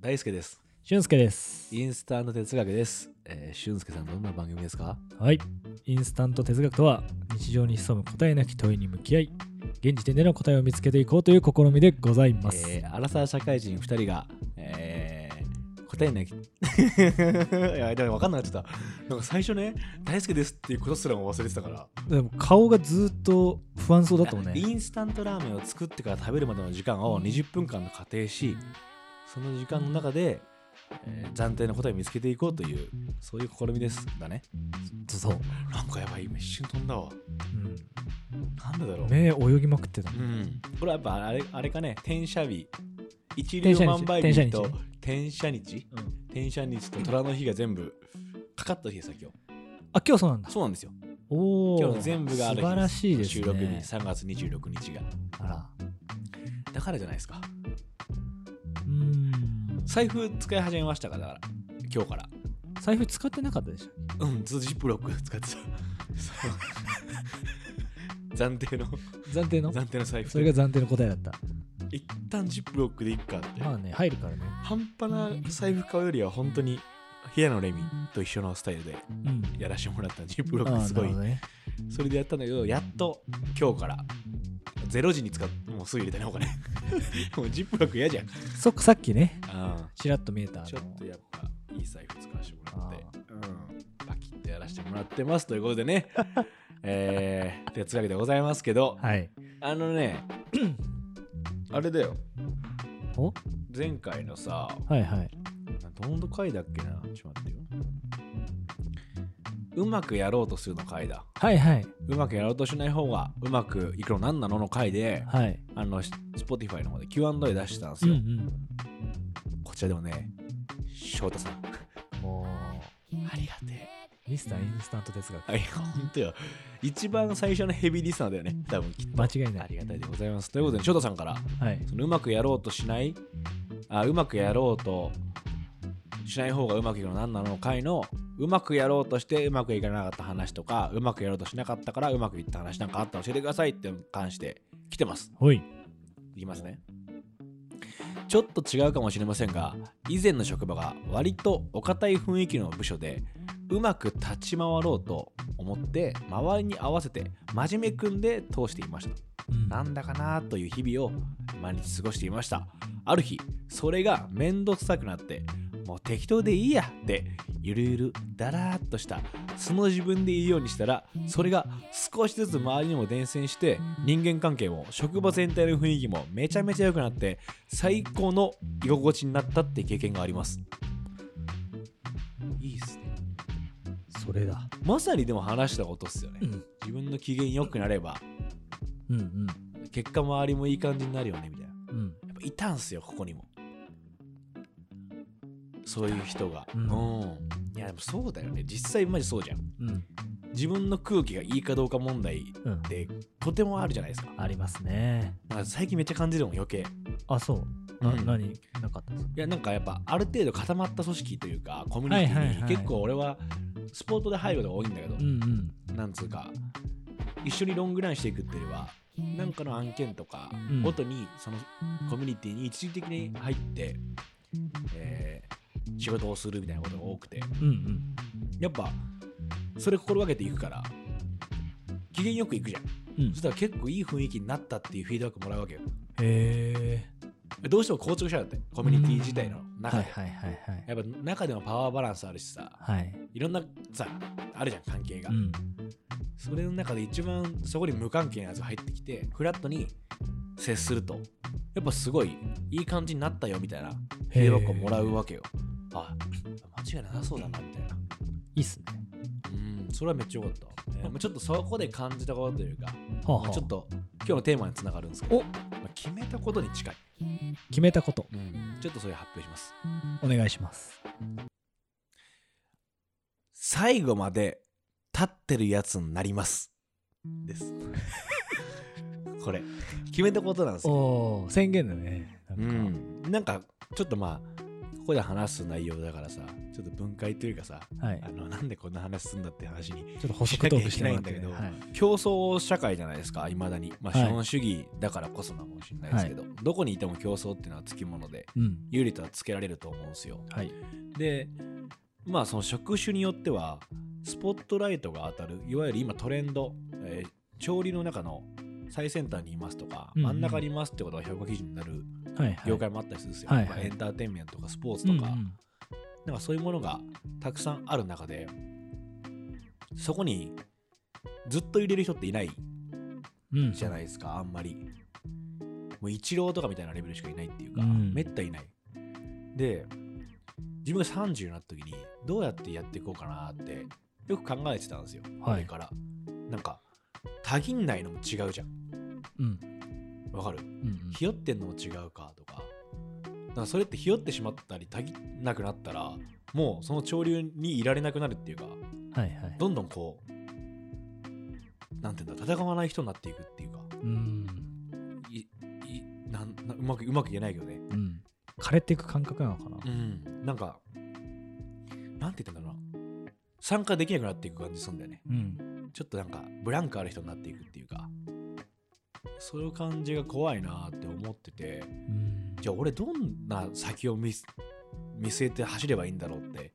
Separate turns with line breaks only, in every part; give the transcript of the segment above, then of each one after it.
大輔です。
俊介です。
インスタの哲学です。えー、俊介さん、どんな番組ですか
はい。インスタント哲学とは、日常に潜む答えなき問いに向き合い、現時点での答えを見つけていこうという試みでございます。
えー、アラサー社会人2人が、えー、答えなき。 いや、でも分かんなくなっちゃった。なんか最初ね、大輔ですっていうことすらも忘れてたから。
でも顔がずっと不安そうだったもんね。
インスタントラーメンを作ってから食べるまでの時間を20分間の仮定し、その時間の中で、えー暫定の答えを見つけていこうという、そういう試みです。だね。
そう、
なんかやばい、今一瞬飛んだわ。なんでだろ
う。。
うん
目泳ぎまくってた
う。ん、これはやっぱあれあれかね、転写日。一
転
流
写日
万倍日と
転写
転写日
うん
転写日と虎の日が全部かかった日ですよ、今
あ、今日そうなんだ
日。。そうなんですよ。
おお。
今日の全部がある
素晴らしいですね。
収録日、3月26日が。
あら。
だからじゃないですか。
うーん。
財布使い始めましたから、だから今日から。
財布使ってなかったでしょ。
うん、ずっとジップロック 使ってた。そう暫定の、
暫定の。
暫定の財布。
それが暫定の答えだった。
一旦ジップロックでいっかって。
まあね、入るからね。
半端な財布買うよりは本当に平野レミと一緒のスタイルで
うん。
やらしてもらったジップロックすご
あーなる
い
ほどね。
それでやったんだけどやっと今日から0時に使ってもうすぐ入れたねお金 もうジップロック嫌じゃん
そっか、さっきね、
ち
ちらっと見えた。あの
ょっとやっぱいい財布使わせてもらって、うん、パキッとやらせてもらってますということでね えー、哲学でございますけど
はい。
あのね あれだよ
お
前回のさ
はいはい。
どの回だっけなちょっと待ってようまくやろうとするの回だ
はいはい。
うまくやろうとしない方がうまくいくのなんなのの回で
はい。
あの Spotify の方で Q&A 出してたんです
うん
よ、
うん。
こちらでもね翔太さん
も
ありがて
う、ミスターインスタント哲学。
えいや本当よ一番最初のヘビーリスナーだよね多分きっと
間違いな
あ
い。
りがたいでございますということで翔太さんから
はい。
そのうまくやろうとしないあうまくやろうとしない方がうまくいくのなんなの回のうまくやろうとしてうまくいかなかった話とかうまくやろうとしなかったからうまくいった話なんかあったら教えてくださいって関して来てます
ほい。
いきますねちょっと違うかもしれませんが以前の職場が割とお堅い雰囲気の部署でうまく立ち回ろうと思って周りに合わせて真面目くんで通していました
うん
なんだかなという日々を毎日過ごしていました。ある日、それがめんどくさくなって、もう適当でいいやって、ゆるゆる、だらーっとした、素の自分でいいようにしたら、それが少しずつ周りにも伝染して、人間関係も職場全体の雰囲気もめちゃめちゃ良くなって、最高の居心地になったって経験があります。いいっすね。
それだ。
まさにでも話したことっすよね
う。ん。
自分の機嫌良くなれば、
うんうん。
結果周りもいい感じになるよね、みたいな。
うん。
やっぱいたんすよここにもそういう人がう、
うんん
いやでもそうだよね実際マジそうじゃん
うん。
自分の空気がいいかどうか問題っ
うん。
てとてもあるじゃないですか
ありますね。
なんか最近めっちゃ感じるもん余計
あ、そう。
う
なん何なかったです
いやなんかやっぱある程度固まった組織というかコミュニテ
はいは
ィ
い
に
はい
結構俺はスポートで入ることが多いんだけど、
うんうん。
なんつうか一緒にロングランしていくっていうよりはなんかの案件とか
うん
ごとにそのコミュニティに一時的に入って、えー仕事をするみたいなことが多くて
うんうん。
やっぱそれ心がけていくから機嫌よくいくじゃん
うん
そし。たら結構いい雰囲気になったっていうフィードバックもらうわけよ
へえ。
どうしても硬直しちゃうんだってコミュニティ自体の中
は
で、
いはいはいはい。
やっぱ中でもパワーバランスあるしさ
はい。
いろんなさあるじゃん関係が、
うん。
それの中で一番そこに無関係なやつが入ってきてフラットに接するとやっぱすごいいい感じになったよみたいなフィードバックをもらうわけよあ間違いなさそうだなみたいない
いっすね。
うんそれはめっちゃ良かった、えーまあちょっとそこで感じたことというか、
はあ
まあ
はあ
ちょっと今日のテーマにつながるんですけど
お
まあ決めたことに近い、
決めたこと、
ちょっとそれ発表します
お願いします。
最後まで立ってるやつになりますです これ決めたことなんですよ
おお、宣言だね。なん
う
か。
ん、なんかちょっとまあここで話す内容だからさちょっと分解というかさ
はい
あ。のなんでこんな話すんだって話に
ちょっと補足トークしてもらって、ね、
しなきゃいけ
は
ない競争社会じゃないですかいまだに、まあ、
はい
資本主義だからこそなのかもしれないですけど、どこにいても競争っていうのはつきもので
うん。
有利とはつけられると思うんですよ
はい。
でまあその職種によってはスポットライトが当たるいわゆる今トレンド、えー調理の中の最先端にいますとか、
うんうん
真ん中にいますってことが評価基準になる
はい、はい。
業界もあったりするんですよ、
はいはい
まあエンターテインメントとかスポーツ
うん
と
うん
か、なんかそういうものがたくさんある中でそこにずっと入れる人っていない
うん。
じゃないですかあんまりもうイチローとかみたいなレベルしかいないっていうか、
うん
めったいないで自分が30になった時にどうやってやっていこうかなってよく考えてたんですよ、
はい
これからなんかたぎんないのも違うじゃん
うん。
わかる
うんうん。
ひよってんのも違うかとかだからそれってひよってしまったりたぎんなくなったらもうその潮流にいられなくなるっていうか
はいはい。
どんどんこうなんていうんだ戦わない人になっていくっていうか
うん。
いいなんなうまくうまく言えないけどね
うん。枯れていく感覚なのかな。
うんなんかなんて言ったんだろうな参加できなくなっていく感じするんだよね
うん。
ちょっとなんかブランクある人になっていくっていうかそういう感じが怖いなって思ってて
うん。
じゃあ俺どんな先を見す見据えて走ればいいんだろうって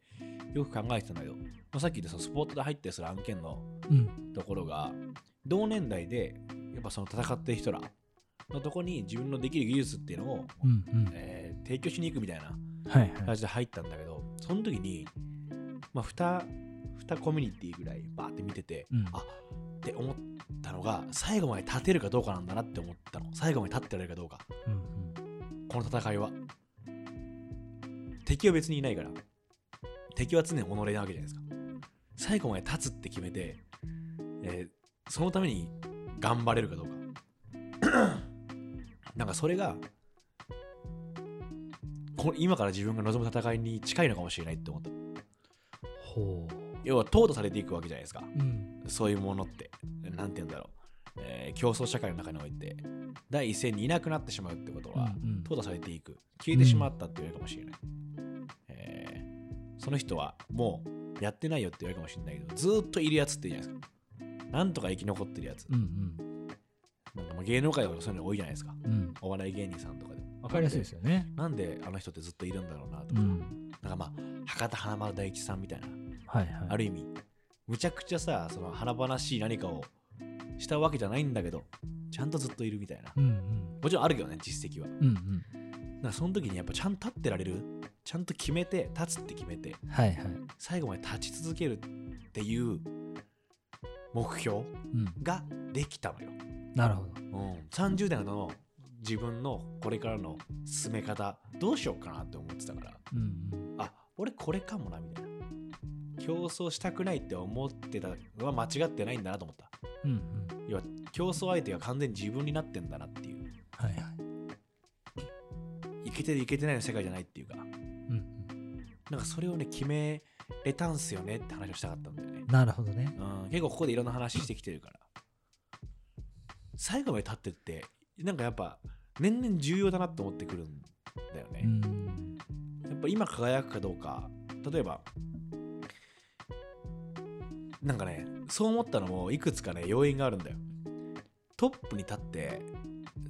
よく考えてたんだけど、まあ、さっき言ったそのスポットで入ってする案件の
うん。
ところが同年代でやっぱその戦ってる人らのとこに自分のできる技術っていうのを、
うん。うん。
えー提供しに行くみたいな
はいは
感
い。
じで入ったんだけどその時に、まあ、2, 2コミュニティぐらいバーって見てて、
うん
あって思ったのが最後まで立てるかどうかなんだなって思ったの最後まで立ってられるかどうか
うんうん。
この戦いは敵は別にいないから敵は常に己なわけじゃないですか最後まで立つって決めて、えーそのために頑張れるかどう かなんかそれがこ今から自分が望む戦いに近いのかもしれないって思った
ほ
要は淘汰されていくわけじゃないですか
う。うん。
そういうものってなんて言うんだろう、えー競争社会の中において第一線にいなくなってしまうってこと
うん
は、
うん
淘汰されていく消えてしまったって言われるかもしれない、えーその人はもうやってないよって言われるかもしれないけどずーっといるやつっているじゃないですかなんとか生き残ってるやつ、
うん
なんかまあ芸能界はそういうの多いじゃないですか
うん。うん。
お笑い芸人さんとかでも
わかりやすいですよね。
なんであの人ってずっといるんだろうなと
う
か、
ん。
なんかまあ博多華丸大吉さんみたいな
はいはい。
ある意味むちゃくちゃさその華々しい何かをしたわけじゃないんだけどちゃんとずっといるみたいな
うんうん。
もちろんあるけどね実績は
うんうん。
だからその時にやっぱちゃんと立ってられるちゃんと決めて立つって決めて
はいはい。
最後まで立ち続けるっていう目標
うん。
ができたのよ、
なるほど。
うん、30代の自分のこれからの進め方どうしようかなって思ってたから
うんうん。
あ俺これかもなみたいな競争したくないって思ってたのは間違ってないんだなと思った
うんうん。
要は競争相手が完全に自分になってんだなっていう
はいはい。
いけてるいけてないの世界じゃないっていうか
うんうん。
なんかそれをね決めれたんすよねって話をしたかったんだよね、
なるほどね。
うん、結構ここでいろんな話してきてるから最後まで立ってってなんかやっぱ年々重要だなって思ってくるんだよね、
うん。
やっぱ今輝くかどうか例えばなんかねそう思ったのもいくつかね要因があるんだよトップに立って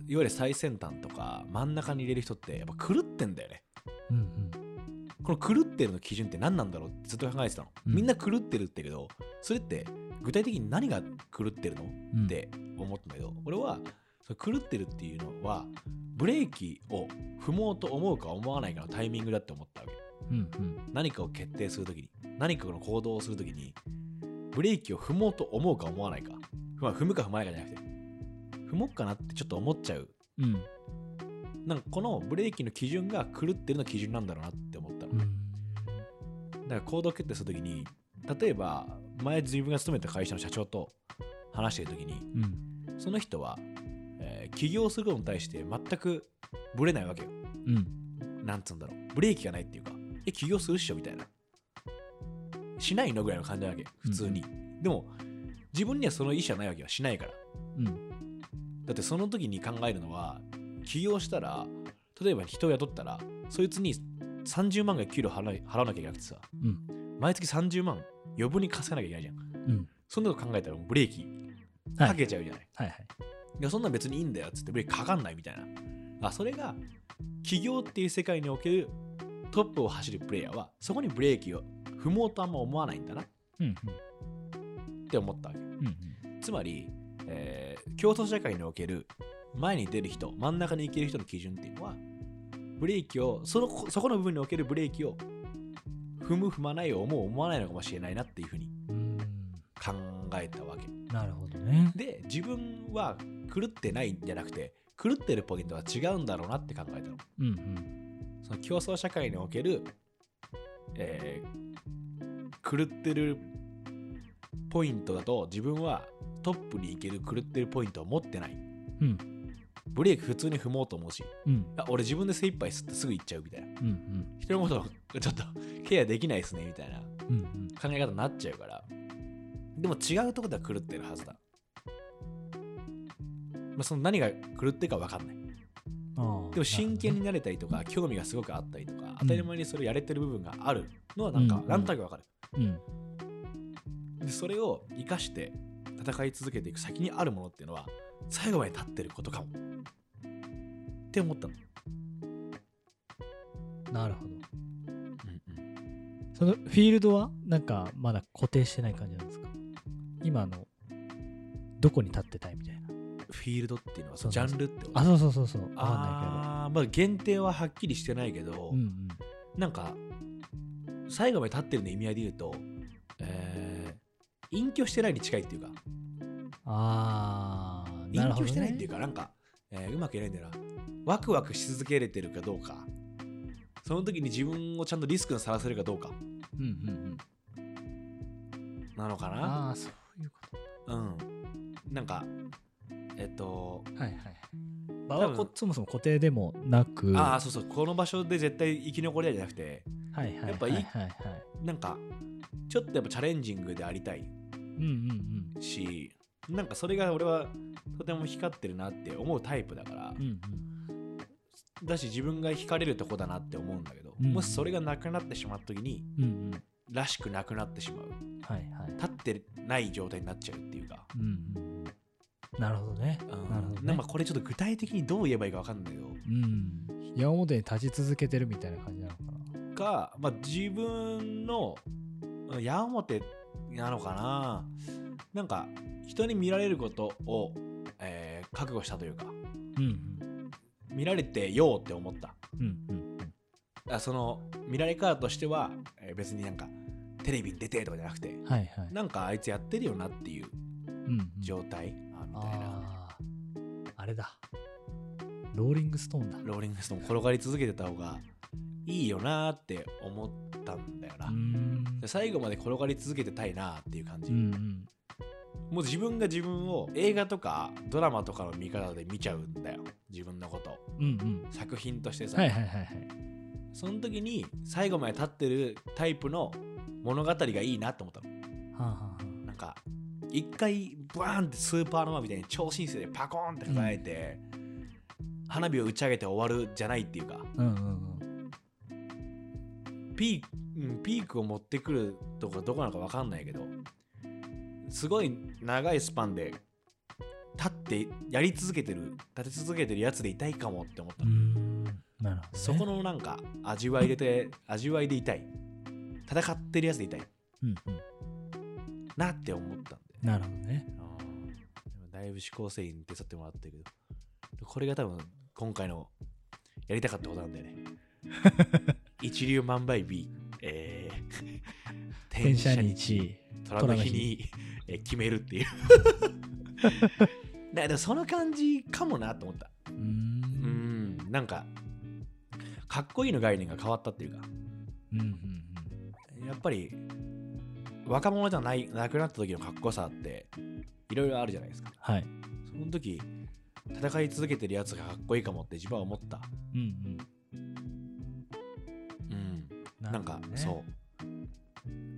いわゆる最先端とか真ん中に入れる人ってやっぱ狂ってんだよね
うんうん。
この狂ってるの基準って何なんだろうってずっと考えてたの、
うん
みんな狂ってるって言うけどそれって具体的に何が狂ってるの
うん
って思ったんだけど、俺はその狂ってるっていうのはブレーキを踏もうと思うか思わないかのタイミングだって思ったわけ
うんうん
何かを決定するときに何かの行動をするときにブレーキを踏もうと思うか思わないか、まあ、踏むか踏まないかじゃなくて踏もうかなってちょっと思っちゃう
うん
なんかこのブレーキの基準が狂ってるの基準なんだろうなって思ったの、
う
だ
ん
から行動決定するときに例えば前自分が勤めた会社の社長と話してるときに
うん
その人は、えー起業することに対して全くブレないわけよ
うん
なんつうんだろう、ブレーキがないっていうか、え、起業するっしょみたいな。しないのぐらいの感じなわけ、普通に。でも、自分にはその意思はないわけよ、しないから。
うん
だってその時に考えるのは、起業したら、例えば人を雇ったら、そいつに30万が給料払い払わなきゃいけなくてさ、
うん
毎月30万余分に稼がなきゃいけないじゃん。
うん。
そんなこと考えたらもうブレーキ
はい
かけちゃうじゃない。
はいはい。
いや、そんなん別にいいんだよっつってブレーキかかんないみたいな。あ、それが、企業っていう世界におけるトップを走るプレイヤーは、そこにブレーキを踏もうとあんま思わないんだなっ
うん
て思ったわけ。
うん。うん
つまり、えー競争社会における前に出る人、真ん中に行ける人の基準っていうのは、ブレーキを、そのそこの部分におけるブレーキを踏む、踏まないを思う、思わないのかもしれないなっていうふうに
うん。うん
考えたわけ。
なるほどね。
で、自分は狂ってないんじゃなくて、狂ってるポイントは違うんだろうなって考えたの。
うんうん。
その競争社会における、えー狂ってるポイントだと自分はトップに行ける狂ってるポイントを持ってない
うん
ブレーキ普通に踏もうと思うし
うん
あ俺自分で精一杯吸ってすぐ行っちゃうみたいな
うんうん
人のことをちょっとケアできないですねみたいな
うんうん。
考え方になっちゃうからでも違うとこでは狂ってるはずだ、まあ、その何が狂ってるか分かんない
ああ。
でも真剣
に。
になれたりとか、興味がすごくあったりとか、当たり前にそれをやれてる部分があるのはなんか、
うん
なんとなくわかる。
うん。
で、それを生かして戦い続けていく先にあるものっていうのは、最後まで立ってることかも。って思ったの。
なるほど。そのフィールドはなんかまだ固定してない感じなんですか今のどこに立ってたいみたいな。
フィールドっていうのは、
そう
ジ
そう
ャンルってこと
あ、そうそうそうそう。わか
あーまあ限定ははっきりしてないけど、
んないけど。うん
なんか、最後まで立ってるの意味合いで言うと、えー隠居してないに近いっていうか、
うん。ああ。
隠
なるほど
居
ね
してないっていうか、なんか、えーうまく言えないんだよな。ワクワクし続けれてるかどうか。その時に自分をちゃんとリスクにさらせるかどうか
うんうんうん。
なのかな
ああ、そういうこと。
うん。なんか、えっと、
はいはい。場は
多
こ
分
そもそも固定でもなく、
ああ、そうそう、この場所で絶対生き残りたいじゃなくて、
はいはいはい
やっぱ
はい
い
いはい。
なんか、ちょっとやっぱチャレンジングでありたい
うんうん
し、なんかそれが俺はとても光ってるなって思うタイプだから、
うん。うん
だし自分が惹かれるとこだなって思うんだけど、
うん
もしそれがなくなってしまった時に、
うん。うんうん。
らしくなくなってしまう。
はいはい。
立ってない状態になっちゃうっていうか、
うんうんうん。なるほどね。
うん
なるほどね
なんかこれちょっと具体的にどう言えばいいか分かんないけど
うん。矢面に立ち続けてるみたいな感じなのか
が、まあ、自分のうん矢面なのかななんか人に見られることを、えー覚悟したというか
な。うん
見られてようって思った
うん。うんうん
あその見られ方としては、えー別になんかテレビに出てとかじゃなくて
うん。はいはい。
なんかあいつやってるよなっていう
うんうん
状態、あみたいな
あーあれだ。ローリングストーンだ。
ローリングストーン転がり続けてた方がいいよなーって思ったんだよな、
うーん
で最後まで転がり続けてたいなーっていう感じ、
うんうん。
もう自分が自分を映画とかドラマとかの見方で見ちゃうんだよ自分のことを
うんうん。
作品としてさ、
はいはいはいはい。
その時に最後まで立ってるタイプの物語がいいなって思ったの
はあ、はあは
なんか一回バーンってスーパーノマみたいに超新星でパコーンって輝いて、花火を打ち上げて終わるじゃないっていうか
あ、うんうんうん。
ピークうんピークを持ってくるとこどこなのか分かんないけどすごい長いスパンで立ってやり続けてる立て続けてるやつでいたいかもって思った、
うーん。なるほど、ね。
そこのなんか味わいでて味わいでいたい戦ってるやつでいたい
うんうん。
なって思ったんで
なるほどね。
だいぶ思考整理に手伝ってもらったけどこれが多分今回のやりたかったことなんだよね 一粒万倍日え ー
転写日。
虎の日にえー決めるって いうだけどその感じかもなと思った
うー。
うんんなんかかっこいいの概念が変わったっていうか
うんうんうん。
やっぱり若者じゃないなくなった時のかっこよさっていろいろあるじゃないですか
はい。
その時戦い続けてるやつがかっこいいかもって自分は思った
うんうん。
うんなんか、
う。
そう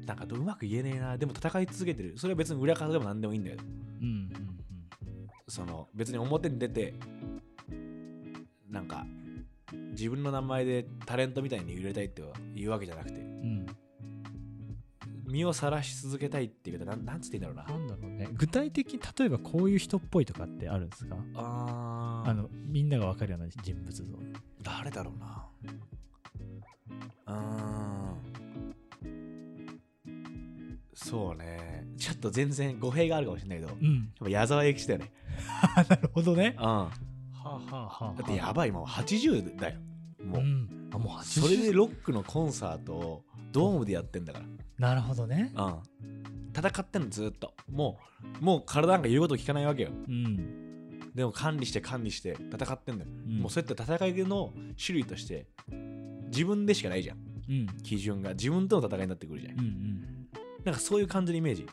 なんかどううまく言えねえなでも戦い続けてるそれは別に裏方でも何でもいいんだよ
うん
その別に表に出てなんか自分の名前でタレントみたいに売れたいっていうわけじゃなくて
うん、
身を晒し続けたいっていうかなんなんつっていいんだろうな
なんだろうね具体的に例えばこういう人っぽいとかってあるんですか
あー
あのみんなが分かるような人物像
誰だろうなうーんそうねちょっと全然語弊があるかもしれないけどやっ
うん
ぱ矢沢永吉だよね
あなるほどね
うんだ
はあはあはあ
ってやばいもう80だよもう、
うん、あもう80
それでロックのコンサートをドームでやってんだか
なるほどね
らうん戦ってんのずっともうもう体なんか言うこと聞かないわけよ
うん、
でも管理して管理して戦ってんだよ、
ん
もうそういった戦いの種類として自分でしかないじゃん
うん
基準が自分との戦いになってくるじゃん、
うん
なんかそういう感じのイメージ、
うん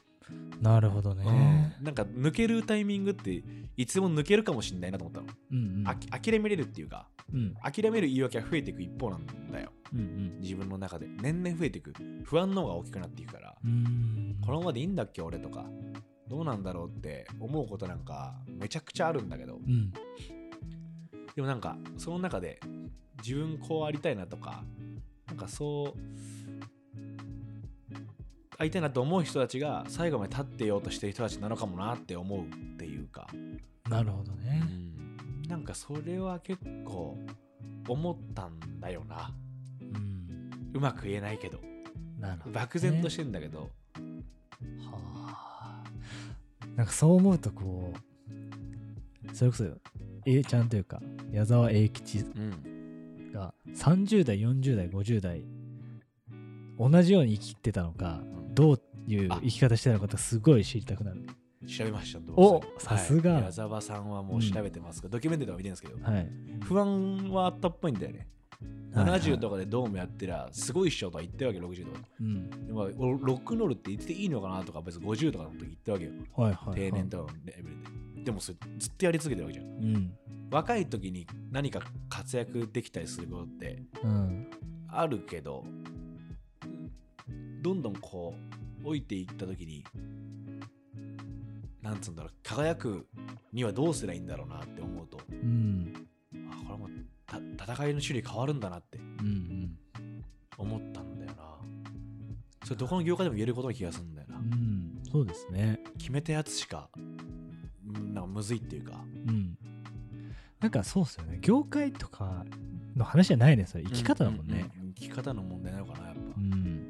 なるほどね
うんなんか抜けるタイミングっていつでも抜けるかもしれないなと思ったの、
うんうん
あき諦めれるっていうか
うん
諦める言い訳は増えていく一方なんだよ
うん
自分の中で年々増えていく不安の方が大きくなっていくから、
うん
このままでいいんだっけ俺とかどうなんだろうって思うことなんかめちゃくちゃあるんだけど
うん
でもなんかその中で自分こうありたいなとかなんかそうありたいなと思う人たちが最後まで立ってようとしてる人たちなのかもなって思うっていうか、
なるほどね
なんかそれは結構思ったんだよな
うん
うまく言えないけど
なるほどね
漠然としてんだけど、
はあなんかそう思うとこうそれこそ A ちゃんというか矢沢永吉
うん
が30代40代50代同じように生きてたのかどういう生き方してたのかってすごい知りたくなる
調べましたどう
お
ぞ
さすが
はい矢沢さんはもう調べてますが、ドキュメンタリーとか見てるんですけど、
はい
不安はあったっぽいんだよね70と
か
かでドームやってりゃすごいっしょとは言ってるわけ60とか
うん
でも俺ロックンロールって言っていいのかなとか別に50とかの時言ったわけよ
はいはいはい
定年とかのレベルででもそれずっとやり続けてるわけじゃ
うんん
若い時に何か活躍できたりすることって
うん
あるけどどんどんこう老いていった時になんつうんだろう輝くにはどうすりゃいいんだろうなって思うとあ
うん
これもた戦いの種類変わるんだなって
うんうん
思ったんだよなそれどこの業界でも言えることな気がするんだよな、
うんそうですね
決めたやつしかうんなんかむずいっていうか
うんなんかそうっすよね業界とかの話じゃないねそれ生き方だもんね
ううう生き方の問題なのかなやっぱ、
うん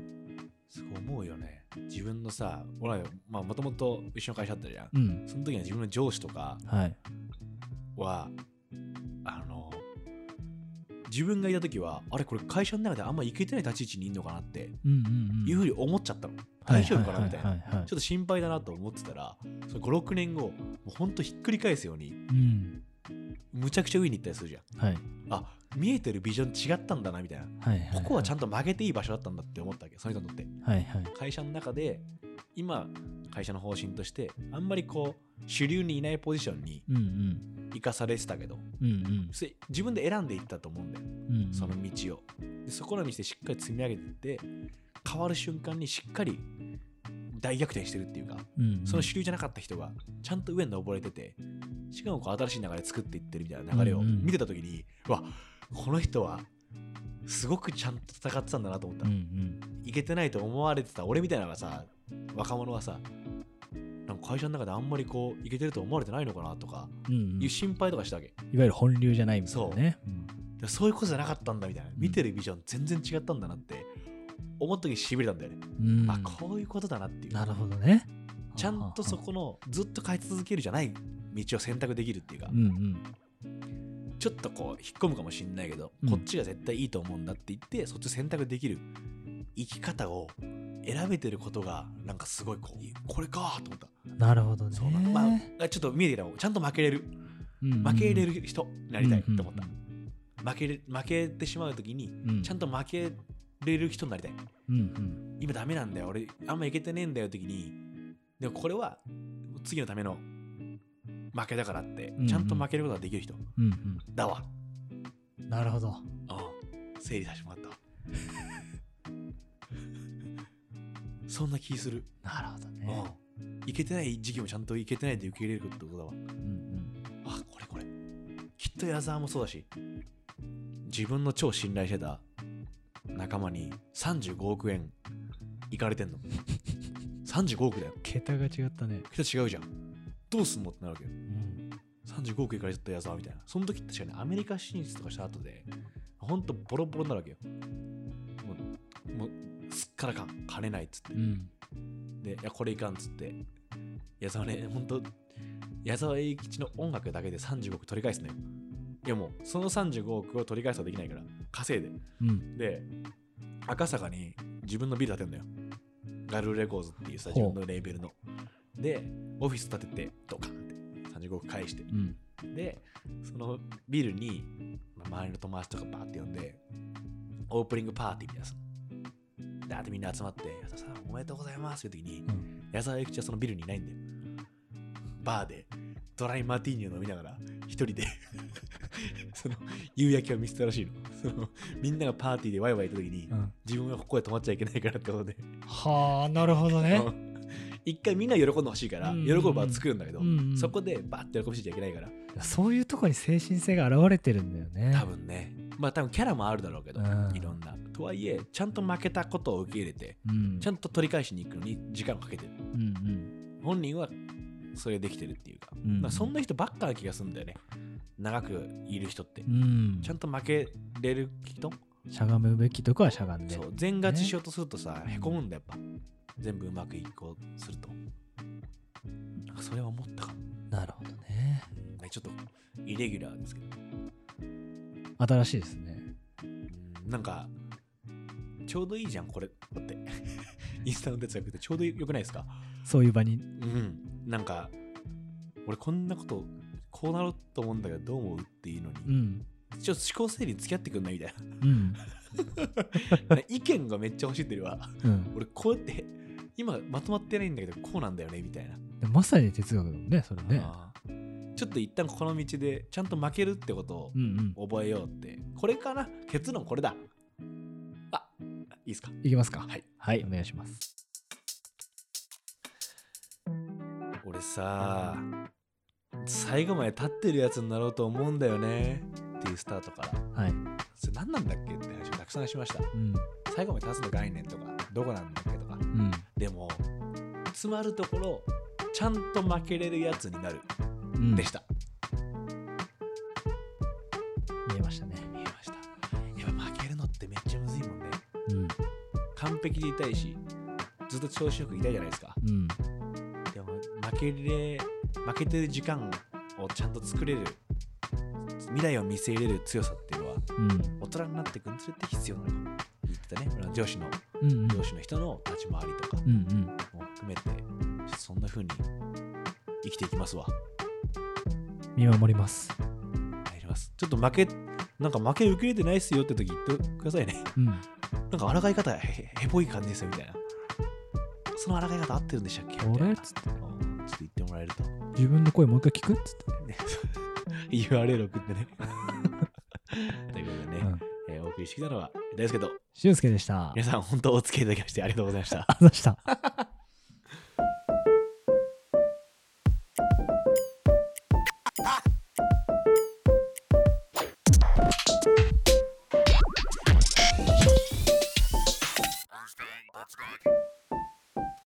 そう思うよね自分のさ俺らまあもともと一緒の会社だったじゃん、
うん
その時は自分の上司とか
はい
はあの自分がいた時はあれこれ会社の中であんまいけてない立ち位置にいんのかなって
うんうんうん
いうふうに思っちゃったの、大丈夫かなみたいな
はははははい
ちょっと心配だなと思ってたら56年後もうほんとひっくり返すように
うん
むちゃくちゃ上に行ったりするじゃん
はい
あ見えてるビジョン違ったんだなみたいな
はいはい
ここはちゃ
ん
んと曲げていい場所だったんだって思ったわけその人にとって
とはいはい
会社の中で今会社の方針としてあんまりこう主流にいないポジションに
うんうん
生かされてたけど
うん
それ自分で選んでいったと思うんだよ
うんうん
その道をでそこらの道でしっかり積み上げてって変わる瞬間にしっかり大逆転してるっていうか
うんうん
その主流じゃなかった人がちゃんと上に登れててしかもこう新しい流れ作っていってるみたいな流れを
うんうん
見てた時に、うわこの人はすごくちゃんと戦ってたんだなと思った
うんうん
いけてないと思われてた俺みたいなのがさ若者はさなんか会社の中であんまりこういけてると思われてないのかなとか
うんうん
いう
い
心配とかしたわけ、
わゆる本流じゃないみたいなねうん
でそういうことじゃなかったんだみたいな見てるビジョン全然違ったんだなって思った時しびれたんだよね、
うん
あこういうことだなっていう
なるほどね
ちゃんとそこのずっと変え続けるじゃない道を選択できるっていうか、
うんうん
ちょっとこう引っ込むかもしんないけど、
うん
こっちが絶対いいと思うんだって言ってそっち選択できる生き方を選べてることがなんかすごいこうこれかと思った、
なるほどね
そうなのまあ、ちょっと見えてきたもんちゃんと負けれる負けれる人にな
や
りたいと思った、負けれ負けてしまう時にちゃん
と
と負けれる人になりたい
うんうん
今ダメなんだよ俺あんまいけてねえんだよ時にでもこれは次のための負けだからって
ん
ちゃんと負けることができる人
うん
だわ、
うんなるほど
うん整理させてもらったわそんな気する、
なるほどね
うんいけてない時期もちゃんといけてないで受け入れるってことだわ
うん
あこれこれきっと矢沢もそうだし自分の超信頼してた仲間に35億円いかれてんの35億だよ
桁が違ったね、
桁違うじゃんどうすんのってなるわけよ
うん、
35億いかれちゃったやつはみたいなその時確かにアメリカ進出とかした後でほんとボロボロになるわけよもうもうすっからかん金ないっつって
うん、
で、いや、これいかんっつって。矢沢ね、ほんと、矢沢永吉の音楽だけで35億取り返すのよ。いや、もう、その35億を取り返すはできないから、稼いで。
うん、
で、赤坂に自分のビル建てんのよ。ガルーレコーズっていうさ、自分のレーベルの。で、オフィス建てて、ドカンって35億返して。
うん、
で、そのビルに、まあ周りの友達とかバーって呼んで、オープニングパーティーみたいなさ。だってみんな集まって、矢沢さんおめでとうございますっていう時に、
うん
矢沢永吉はそのビルにいないんだよ。バーでドライマーティーニを飲みながら一人で その夕焼けを見せたらしいのその。みんながパーティーでワイワイ行った時に、
うん、
自分はここで止まっちゃいけないからってことで、
はあなるほどね
一回みんな喜んでほしいから、
うん
喜ぶ場は作るんだけど、
うんうん
そこでバーって喜びしちゃいけないから、
そういうとこに精神性が現れてるんだよね
多分ねまあ多分キャラもあるだろうけど、
うん
いろんなとはいえちゃんと負けたことを受け入れて
うん
ちゃんと取り返しに行くのに時間をかけてる
うん
本人はそれできてるっていうか,、
うん
そんな人ばっかな気がするんだよね長くいる人って、
うんうん
ちゃんと負けれる人、
しゃがむべきとこはしゃがんで
そう全勝ちしようとするとさ、へこむんだやっぱ全部うまくいこうとするとなんかそれは思ったかも、
なるほどね
ね、ちょっとイレギュラーですけど
新しいですね
うんなんか、ちょうどいいじゃん、これ。だって。 インスタの哲学ってちょうどよくないですか
そういう場に
うん。なんか、俺こんなこと、こうなろうと思うんだけど、どう思うっていうの
う
に、
ん
ちょっと思考整理付き合ってくんない みたい
うん
な。意見がめっちゃ欲しいってるわ。
うん
俺こうやって、今まとまってないんだけど、こうなんだよね、みたいな。
でまさに哲学だもんねそれね
あーちょっと一旦この道で、ちゃんと負けるってこと
うん
を覚えようって。これかな結論これだ。あ、いいですか
うんいきますか
はい
はいお願いします
俺さ最後まで立ってるやつになろうと思うんだよねっていうスタートから
はい
それ何なんだっけって話をたくさんしました
うん
最後まで立つの概念とかどこなんだっけとか
うん
でも詰まるところちゃんと負けれるやつになる
うん
でした、
見えましたね
見えましたやっぱ負けるのってめっちゃむずいもんね
うん
完璧でいたいしずっと調子よくいたいじゃないですか
うん
でも負けれ負けてる時間をちゃんと作れる未来を見据えれる強さっていうのは
うん
大人になっていくにつれて必要なのか言ってたね俺の上司の
うんうん
上司の人の立ち回りとか
うんうん
も含めてちょっとそんな風に生きていきますわ
見守ります
入りますちょっと負けなんか負け受け入れてないっすよって時言ってくださいね
うん
なんか抗い方へへへぼい感じですよみたいなその抗い方合ってるんでしたっけみ
俺
たい
っ
な
つって
うんちょっと言ってもらえると
自分の声もう一回聞くっつって
ね URL 送って ねということでね、
うん
えーお送りしてきたのは大輔と
俊介でしたあり
皆さん本当お付き合いいただきましてありがとうございました
がとうございました